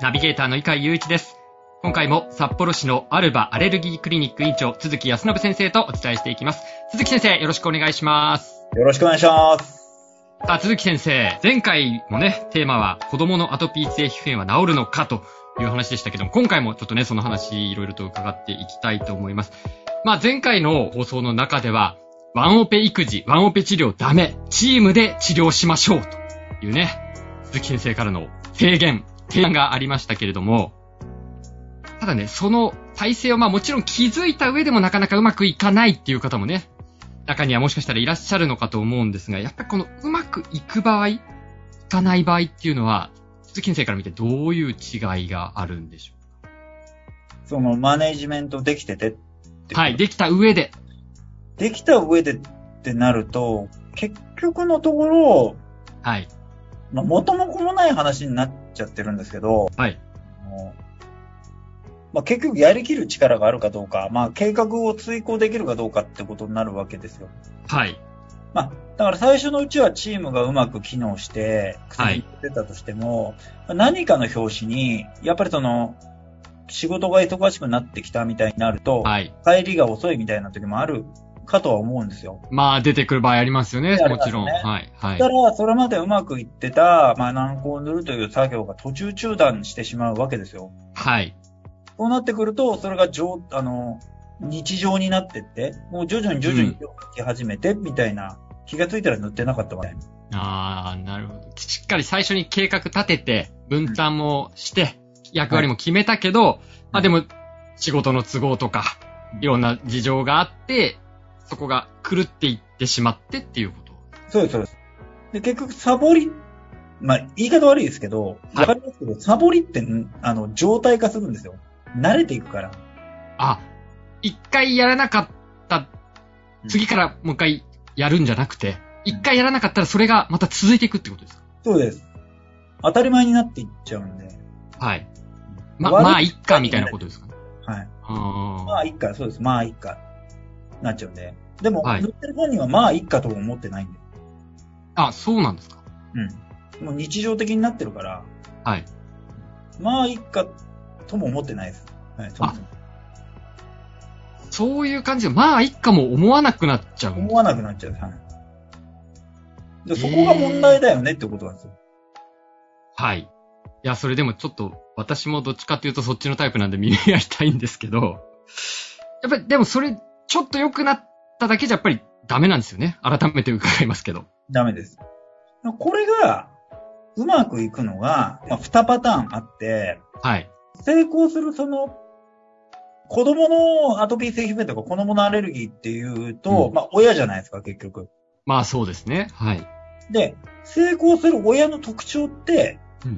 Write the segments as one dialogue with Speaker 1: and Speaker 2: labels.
Speaker 1: ナビゲーターの井海祐一です。今回も札幌市のアルバアレルギークリニック院長、鈴木康信先生とお伝えしていきます。鈴木先生、よろしくお願いします。
Speaker 2: よろしくお願いします。
Speaker 1: さあ、鈴木先生、前回もね、テーマは子供のアトピー性皮膚炎は治るのかという話でしたけども、今回もちょっとね、その話いろいろと伺っていきたいと思います。まあ、前回の放送の中では、ワンオペ育児、ワンオペ治療ダメ、チームで治療しましょうというね、鈴木先生からの提言、提案がありましたけれども、ただね、その体制をまあもちろん気づいた上でもなかなかうまくいかないっていう方もね、中にはもしかしたらいらっしゃるのかと思うんですが、やっぱりこのうまくいく場合、いかない場合っていうのは、鈴木先生から見てどういう違いがあるんでしょうか
Speaker 2: そのマネジメントできててって
Speaker 1: はい、できた上で。
Speaker 2: できた上でってなると、結局のところ、
Speaker 1: はい。
Speaker 2: まあ、元も子もない話になっちゃってるんですけど、
Speaker 1: はい。
Speaker 2: まあ、結局やりきる力があるかどうか、まあ、計画を遂行できるかどうかってことになるわけですよ。
Speaker 1: はい。
Speaker 2: まあ、だから最初のうちはチームがうまく機能して、薬に出たとしても、はい、何かの表紙に、やっぱりその、仕事が忙しくなってきたみたいになると、
Speaker 1: はい、
Speaker 2: 帰りが遅いみたいな時もあるかとは思うんですよ。
Speaker 1: まあ、出てくる場合ありますよね、ねもちろん。
Speaker 2: はい。はい。ただ、それまでうまくいってた、まあ、軟膏を塗るという作業が途中中断してしまうわけですよ。
Speaker 1: はい。
Speaker 2: そうなってくると、それが上、あの、日常になってって、もう徐々に徐々に手を書き始めて、みたいな、うん、気がついたら塗ってなかったみたいな。
Speaker 1: ああ、なるほど。しっかり最初に計画立てて、分担もして、うん、役割も決めたけど、はい、まあでも、仕事の都合とか、いろんな事情があって、そこが狂っていってしまってっていうこと
Speaker 2: そうです、そうです。で、結局、サボり、まあ、言い方悪いですけど、わ、はい、かりますけど、サボりって、あの、状態化するんですよ。慣れていくから。
Speaker 1: あ、一回やらなかった、次からもう一回やるんじゃなくて、一、うん、回やらなかったらそれがまた続いていくってことですか
Speaker 2: そうです。当たり前になっていっちゃうんで。
Speaker 1: はい。ま、まあ、いっか、みたいなことですかね。
Speaker 2: はい。あまあ、いっか、そうです。まあ、いっか。なっちゃうんで。でも、はい、塗ってる本人はまあ、いっかとも思ってないんで。
Speaker 1: あ、そうなんですか
Speaker 2: うん。もう日常的になってるから。
Speaker 1: はい。
Speaker 2: まあ、いっかとも思ってないです。はい、
Speaker 1: あそういう感じで、まあ、いっかも思わなくなっちゃう。
Speaker 2: 思わなくなっちゃう。はい。でそこが問題だよねってことなんですよ。
Speaker 1: はい。いや、それでもちょっと、私もどっちかっていうとそっちのタイプなんで耳が痛いんですけど、やっぱり、でもそれ、ちょっと良くなっただけじゃやっぱりダメなんですよね。改めて伺いますけど。
Speaker 2: ダメです。これが、うまくいくのが、まあ、2パターンあって、
Speaker 1: はい。
Speaker 2: 成功するその、子供のアトピー性皮膚炎とか子供のアレルギーっていうと、うん、まあ親じゃないですか、結局。
Speaker 1: まあそうですね。はい。
Speaker 2: で、成功する親の特徴って、うん、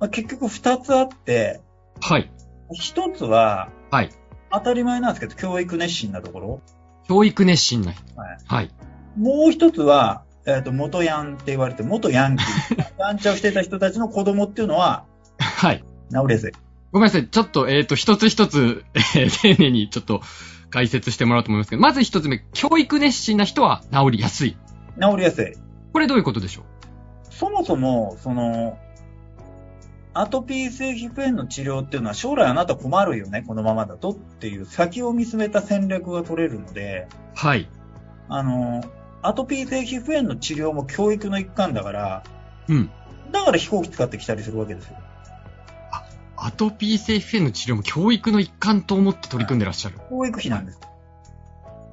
Speaker 2: まあ、結局2つあって、
Speaker 1: はい。
Speaker 2: 1つは、
Speaker 1: はい。
Speaker 2: 当たり前なんですけど、教育熱心なところ。
Speaker 1: 教育熱心な人。
Speaker 2: はい。
Speaker 1: はい、
Speaker 2: もう一つは、えっ、ー、と、元ヤンって言われて、元ヤンキー。 ヤンチャをしてた人たちの子供っていうのは、
Speaker 1: はい。
Speaker 2: 治りやすい。
Speaker 1: ごめんなさい。ちょっと、えっ、ー、と、一つ一つ、 えー、丁寧にちょっと解説してもらおうと思いますけど、まず一つ目、教育熱心な人は治りやすい。
Speaker 2: 治りやすい。
Speaker 1: これどういうことでしょう
Speaker 2: そもそも、その、アトピー性皮膚炎の治療っていうのは将来あなた困るよね、このままだとっていう先を見据めた戦略が取れるので、
Speaker 1: はい。
Speaker 2: あの、アトピー性皮膚炎の治療も教育の一環だから、
Speaker 1: うん。
Speaker 2: だから飛行機使ってきたりするわけですよ。
Speaker 1: アトピー性皮膚炎の治療も教育の一環と思って取り組んでらっしゃる。
Speaker 2: 教育費なんです。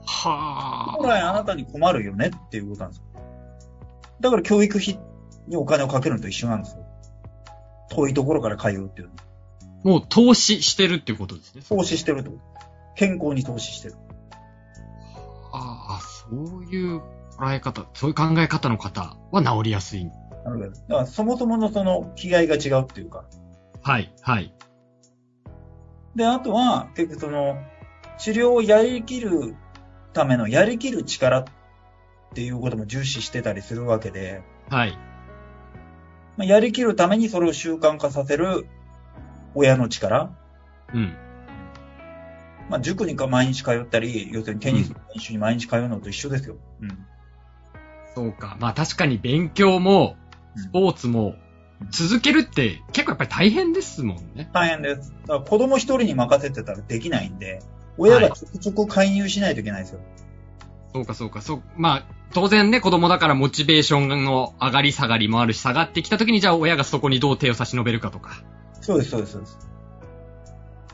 Speaker 1: は
Speaker 2: あ。将来あなたに困るよねっていうことなんですよ。だから教育費にお金をかけるのと一緒なんですよ。遠いところから通うっていう
Speaker 1: の。もう投資してるっていうことですね。
Speaker 2: 投資してると。健康に投資してる。
Speaker 1: ああ、そういう捉え方、そういう考え方の方は治りやすい。
Speaker 2: なるほど。だからそもそものその、気概が違うっていうか。
Speaker 1: はい、はい。
Speaker 2: で、あとは、結局その、治療をやりきるための、やりきる力っていうことも重視してたりするわけで、
Speaker 1: はい。
Speaker 2: まあやりきるためにそれを習慣化させる親の力、
Speaker 1: うん。
Speaker 2: まあ、塾にか毎日通ったり、要するにテニスの練習に毎日通うのと一緒ですよ。うん。
Speaker 1: そうか。まあ確かに勉強も、スポーツも、続けるって結構やっぱり大変ですもんね。
Speaker 2: 大変です。だから子供一人に任せてたらできないんで、親がちょくちょく介入しないといけないですよ。
Speaker 1: そうかそうか。そう、まあ、当然ね、子供だからモチベーションの上がり下がりもあるし、下がってきた時にじゃあ親がそこにどう手を差し伸べるかとか。
Speaker 2: そうです、そうです、そうです。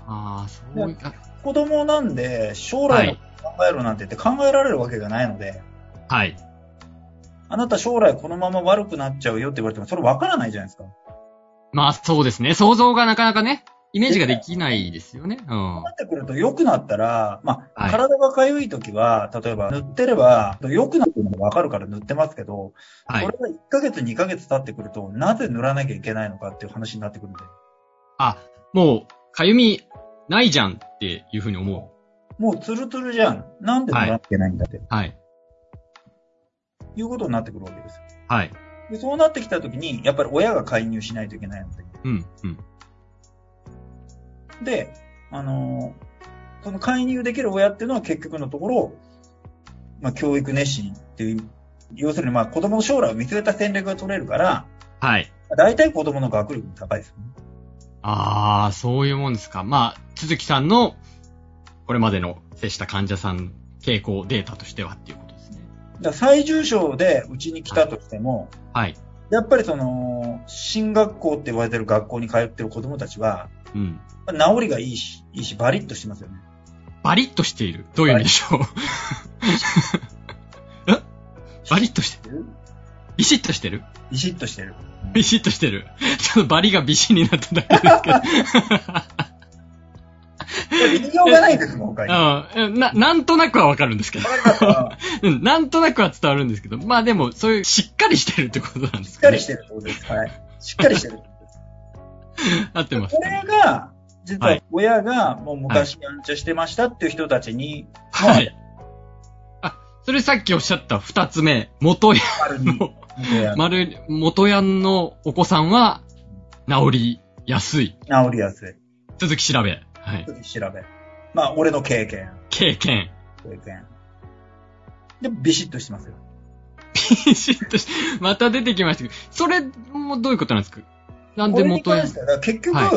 Speaker 1: ああ、そういう、あ
Speaker 2: 子供なんで、将来のことを考えろなんて言って考えられるわけがないので、
Speaker 1: はい。
Speaker 2: あなた将来このまま悪くなっちゃうよって言われても、それわからないじゃないですか。
Speaker 1: まあそうですね。想像がなかなかね、イメージができないですよね。うん
Speaker 2: な。ってくると良くなったら、まあ、
Speaker 1: はい
Speaker 2: 体が痒い時は、例えば塗ってれば、良くなってるのがわかるから塗ってますけど、
Speaker 1: はい
Speaker 2: こ。れが1ヶ月、2ヶ月経ってくると、なぜ塗らなきゃいけないのかっていう話になってくるんで。
Speaker 1: あ、もう、かゆみないじゃんっていうふうに思う。
Speaker 2: もうツルツルじゃん。なんで塗らなきゃいけないんだって、
Speaker 1: はい。
Speaker 2: い、うことになってくるわけですよ。
Speaker 1: はい。
Speaker 2: で、そうなってきた時に、やっぱり親が介入しないといけないので。
Speaker 1: うん、うん。
Speaker 2: で、あのーその介入できる親っていうのは結局のところ、まあ、教育熱心っていう、要するにまあ、子供の将来を見据えた戦略が取れるから、
Speaker 1: はい。
Speaker 2: 大体子供の学力も高いですよね。
Speaker 1: ああ、そういうもんですか。まあ、鈴木さんの、これまでの接した患者さんの傾向データとしてはっていうことですね。
Speaker 2: だから最重症でうちに来たとしても、
Speaker 1: はい。
Speaker 2: やっぱりその、進学校って言われてる学校に通ってる子供たちは、
Speaker 1: うん。
Speaker 2: まあ治りがいいし、いいし、バリッとしてますよね。
Speaker 1: バリッとしている。どういう意味でしょう。バリッとして
Speaker 2: る
Speaker 1: ビシッとしてる
Speaker 2: ビシッとしてる。
Speaker 1: ビシッとしてる。ちょっとバリがビシッになっただけですけど。
Speaker 2: 言いようがないですもん、他に。
Speaker 1: うんな、なんとなくはわかるんですけど。うん、なんとなくは伝わるんですけど。まあでも、そういう、しっかりしてるってことなんで
Speaker 2: し
Speaker 1: す
Speaker 2: っ
Speaker 1: か
Speaker 2: か
Speaker 1: ね。
Speaker 2: りしてるってことです。はい。しっかりしてるってことです。
Speaker 1: 合ってます
Speaker 2: こ
Speaker 1: かね
Speaker 2: れが、実
Speaker 1: は
Speaker 2: はい親がもう昔やんちゃしてましたっていう人たちに、
Speaker 1: はい。あ、それさっきおっしゃった二つ目。元ヤ
Speaker 2: ある
Speaker 1: ン
Speaker 2: に、
Speaker 1: の、 丸、元ヤンのお子さんは、治りやすい。
Speaker 2: 治りやすい。
Speaker 1: 続き調べ。はい。
Speaker 2: 調べ。まあ、俺の経験。
Speaker 1: 経験。
Speaker 2: 経験。で、ビシッとしてますよ。
Speaker 1: ピシッとし、また出てきましたけど、それもどういうことなんですかなん
Speaker 2: こ
Speaker 1: で
Speaker 2: れに
Speaker 1: 元ヤ
Speaker 2: 関
Speaker 1: ン
Speaker 2: しては、だから結局、
Speaker 1: は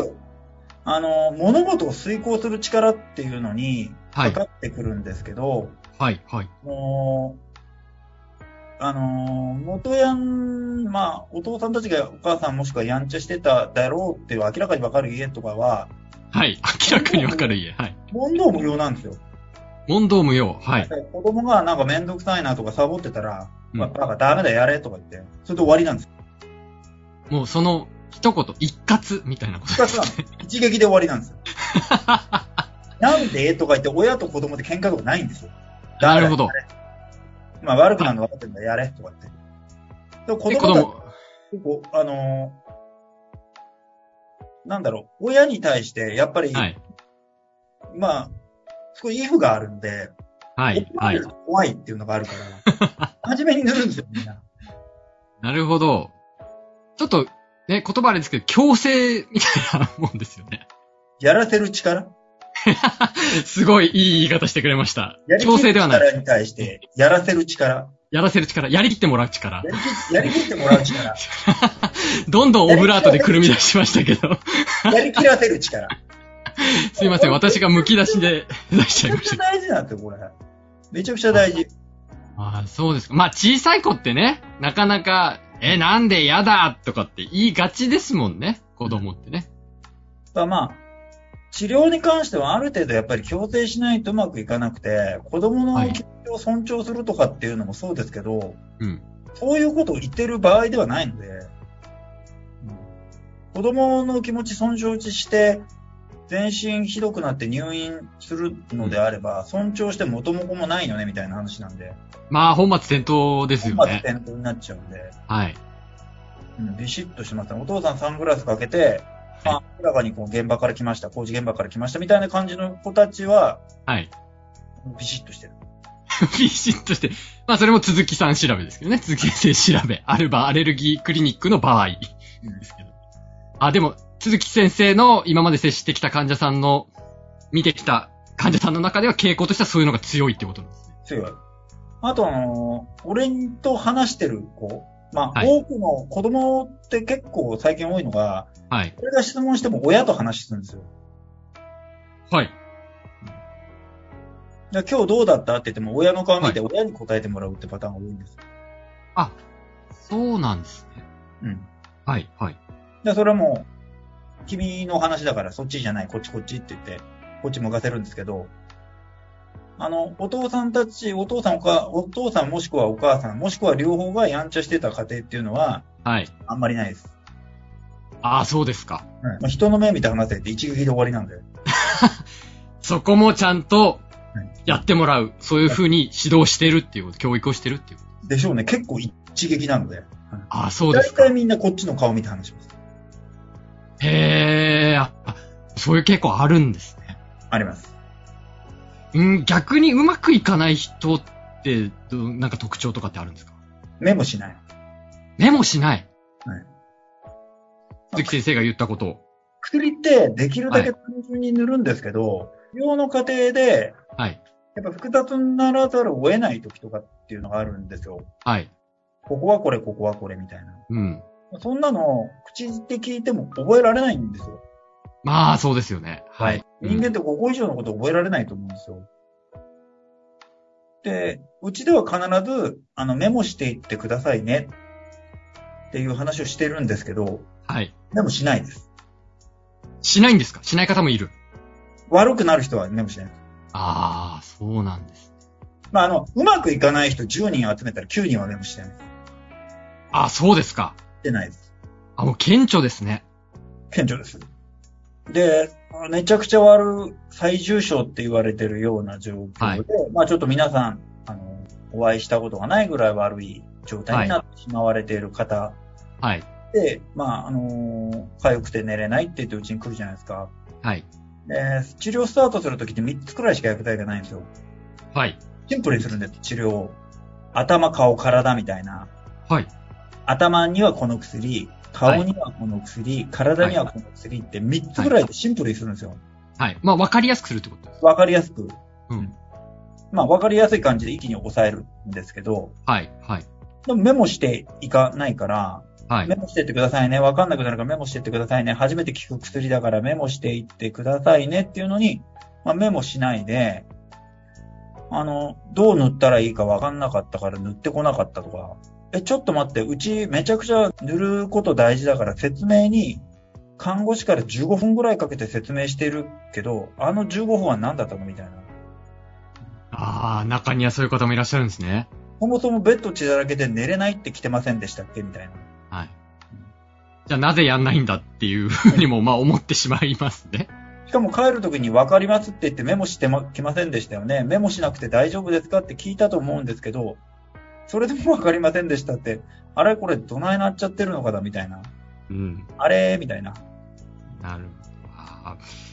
Speaker 2: あの、物事を遂行する力っていうのに、
Speaker 1: は
Speaker 2: か
Speaker 1: い
Speaker 2: か。ってくるんですけど、
Speaker 1: はい、はい。
Speaker 2: もう、あのー、元ヤン、まあ、お父さんたちがお母さんもしくはやんちゃしてただろうっていう明らかにわかる家とかは、
Speaker 1: はい。明らかにわかる家。はい。
Speaker 2: 問答無用なんですよ。
Speaker 1: 問答無用。はい。
Speaker 2: だから子供がなんかめんどくさいなとかサボってたら、
Speaker 1: うん
Speaker 2: まあ、バカダメだやれとか言って、それで終わりなんですよ。
Speaker 1: もうその一言、一括みたいな こと
Speaker 2: 一括なんですよ。 一撃で終わりなんですよ。なんでとか言って、親と子供で喧嘩とかないんですよ。
Speaker 1: なるほど。
Speaker 2: まあ、悪くなるの分かってんだ、やれとか言って。でも子
Speaker 1: で、
Speaker 2: 供
Speaker 1: 子
Speaker 2: たち
Speaker 1: 供、
Speaker 2: 結構、あのーなんだろう、親に対して、やっぱり、
Speaker 1: はい。
Speaker 2: まあ、すごいイフがあるんで、
Speaker 1: はい。
Speaker 2: 怒ら
Speaker 1: は
Speaker 2: れ
Speaker 1: い
Speaker 2: る。と怖いっていうのがあ るから、真面目に塗るんですよ、みんな。
Speaker 1: なるほど。ちょっと、ね、言葉あれですけど、強制みたいなもんですよね。
Speaker 2: やらせる力
Speaker 1: すごいいい言い方してくれました
Speaker 2: や。り
Speaker 1: 強
Speaker 2: き
Speaker 1: 制
Speaker 2: る
Speaker 1: ではない。
Speaker 2: 力に対して、やらせる力。
Speaker 1: やらせる力。やりきってもらう力
Speaker 2: や。りきやりきってもらう力。
Speaker 1: どんどんオブラートでくるみ出しましたけど。
Speaker 2: やりきらせる力。
Speaker 1: すいません。私がむき出しで 出し ちゃい
Speaker 2: めちゃ
Speaker 1: ま
Speaker 2: く
Speaker 1: し
Speaker 2: ち
Speaker 1: た
Speaker 2: ゃ。大事なんですよ、これ。めちゃくちゃ大事。
Speaker 1: ああ、そうですか。まあ、小さい子ってね、なかなか、え、なんでやだとかって言いがちですもんね。子供ってね。
Speaker 2: だからまあ、治療に関してはある程度やっぱり強制しないとうまくいかなくて、子供の気持ちを尊重するとかっていうのもそうですけど、
Speaker 1: うん。
Speaker 2: そういうことを言ってる場合ではないので、子供の気持ち尊重して、全身ひどくなって入院するのであれば、尊重して元も子もないよねみたいな話なんで、
Speaker 1: まあ、本末転倒ですよ
Speaker 2: 本末
Speaker 1: ね。
Speaker 2: 転倒になっちゃうんで、
Speaker 1: はい。
Speaker 2: うんビシッとしますね。お父さんサングラスかけて、まあ、明らかにこう現場から来ました、工事現場から来ましたみたいな感じの子たちは、
Speaker 1: はい。
Speaker 2: ビシッとしてる。
Speaker 1: ビシッとして。まあ、それも鈴木さん調べですけどね。鈴木先生調べ。アルバアレルギークリニックの場合。ですけど。あ、でも、鈴木先生の今まで接してきた患者さんの、見てきた患者さんの中では傾向としてはそういうのが強いってことなんですね。
Speaker 2: 強い。あと、あのー俺と話してる子、まあ、
Speaker 1: はい
Speaker 2: 多くの子供って結構最近多いのが、
Speaker 1: はい。
Speaker 2: 俺が質問しても親と話するんですよ。
Speaker 1: はい。
Speaker 2: で今日どうだったって言っても、親の顔見て親に答えてもらうってパターンが多いんです。
Speaker 1: そうなんですね。
Speaker 2: うん。
Speaker 1: はい、はい。
Speaker 2: で、それはもう、君の話だからそっちじゃない、こっちこっちって言って、こっち向かせるんですけど、あの、お父さんたち、お父さんおか、お父さんもしくはお母さん、もしくは両方がやんちゃしてた家庭っていうのは、
Speaker 1: はい。
Speaker 2: あんまりないです。
Speaker 1: ああ、そうですか。
Speaker 2: うんまあ、人の目見た話って一撃で終わりなんで。
Speaker 1: そこもちゃんと
Speaker 2: はい、
Speaker 1: やってもらう。そういう風に指導してるっていうこと、教育をしてるっていうこと。
Speaker 2: でしょうね。結構一撃なので。
Speaker 1: ああ、そうで
Speaker 2: 大
Speaker 1: すか
Speaker 2: 体。みんなこっちの顔見て話します。
Speaker 1: へえ、あ、あそういう傾向あるんですね。
Speaker 2: あります。
Speaker 1: うん、逆にうまくいかない人って、どなんか特徴とかってあるんですか
Speaker 2: メモしない。
Speaker 1: メモしない。
Speaker 2: はい
Speaker 1: 鈴木先生が言ったことを。
Speaker 2: 薬ってできるだけ単純に塗るんですけど、医療の過程で、
Speaker 1: はい。
Speaker 2: やっぱ複雑にならざるを得ない時とかっていうのがあるんですよ。
Speaker 1: はい。
Speaker 2: ここはこれ、ここはこれみたいな。
Speaker 1: うん。
Speaker 2: そんなの、口で聞いても覚えられないんですよ。
Speaker 1: まあ、そうですよね。はい。
Speaker 2: 人
Speaker 1: う
Speaker 2: 間っ
Speaker 1: ん
Speaker 2: てここ以上のこと覚えられないと思うんですよ。で、うちでは必ず、あの、メモしていってくださいね。っていう話をしてるんですけど、
Speaker 1: はい。
Speaker 2: メモしないです。
Speaker 1: しないんですかしない方もいる。
Speaker 2: 悪くなる人はメモしないです。
Speaker 1: ああ、そうなんです。
Speaker 2: まあ、あの、うまくいかない人10人集めたら9人はメモしてない。
Speaker 1: あそうですか。
Speaker 2: してないです。
Speaker 1: あ、もう顕著ですね。
Speaker 2: 顕著です。で、めちゃくちゃ悪い、最重症って言われてるような状況で、まあちょっと皆さん、あの、お会いしたことがないぐらい悪い状態になってしまわれている方
Speaker 1: はい。
Speaker 2: で、まああの、痒くて寝れないって言ってうちに来るじゃないですか。
Speaker 1: はい。
Speaker 2: で、治療スタートするときって3つくらいしか薬剤がないんですよ。
Speaker 1: はい。
Speaker 2: シンプルにするんです、治療を。頭、顔、体みたいな。
Speaker 1: はい。
Speaker 2: 頭にはこの薬、顔にはこの薬、体にはこの薬って3つぐらいでシンプルにするんですよ。
Speaker 1: はい。まあ、わかりやすくするってことです。
Speaker 2: わかりやすく、
Speaker 1: うん。
Speaker 2: まあわかりやすい感じで一気に抑えるんですけど、
Speaker 1: はい。はい。
Speaker 2: でもメモしていかないから、
Speaker 1: はい
Speaker 2: メ。モしてってくださいね。わかんなくなるからメモしてってくださいね。初めて聞く薬だからメモしていってくださいねっていうのに、まあ、メモしないで、あの、どう塗ったらいいかわかんなかったから塗ってこなかったとか、え、ちょっと待って、うちめちゃくちゃ塗ること大事だから説明に、看護師から15分ぐらいかけて説明してるけど、あの15分は何だったのみたいな。
Speaker 1: ああ、中にはそういう方もいらっしゃるんですね。
Speaker 2: そもそもベッド血だらけで寝れないって来てませんでしたっけみたいな。
Speaker 1: はい。じゃあ、なぜやんないんだっていうふうにも、まあ、思ってしまいますね。
Speaker 2: しかも帰るときに分かりますって言ってメモしてまきませんでしたよね。メモしなくて大丈夫ですかって聞いたと思うんですけど、それでも分かりませんでしたって、あれこれどないなっちゃってるのかだみたいな。
Speaker 1: うん。
Speaker 2: あれみたいな。
Speaker 1: なるほど。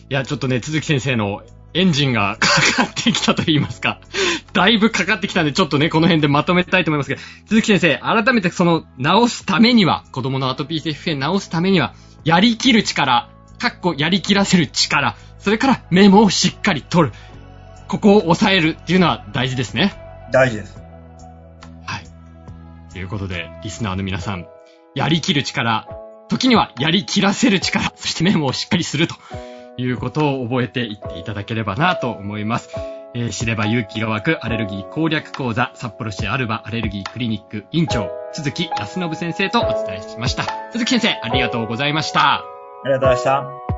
Speaker 1: いや、ちょっとね、鈴木先生のエンジンがかかってきたと言いますか、 だいぶかかってきたんで、ちょっとね、この辺でまとめたいと思いますけど、鈴木先生、改めてその、治すためには、子供のアトピー性皮膚炎治すためには、やりきる力、かっこやりきらせる力、それからメモをしっかり取る。ここを抑えるっていうのは大事ですね。
Speaker 2: 大事です。
Speaker 1: はい。ということで、リスナーの皆さん、やりきる力、時にはやりきらせる力、そしてメモをしっかりするということを覚えていっていただければなと思います。えー知れば勇気が湧くアレルギー攻略講座、札幌市アルバアレルギークリニック委員長、鈴木康信先生とお伝えしました。鈴木先生、ありがとうございました。
Speaker 2: ありがとうございました。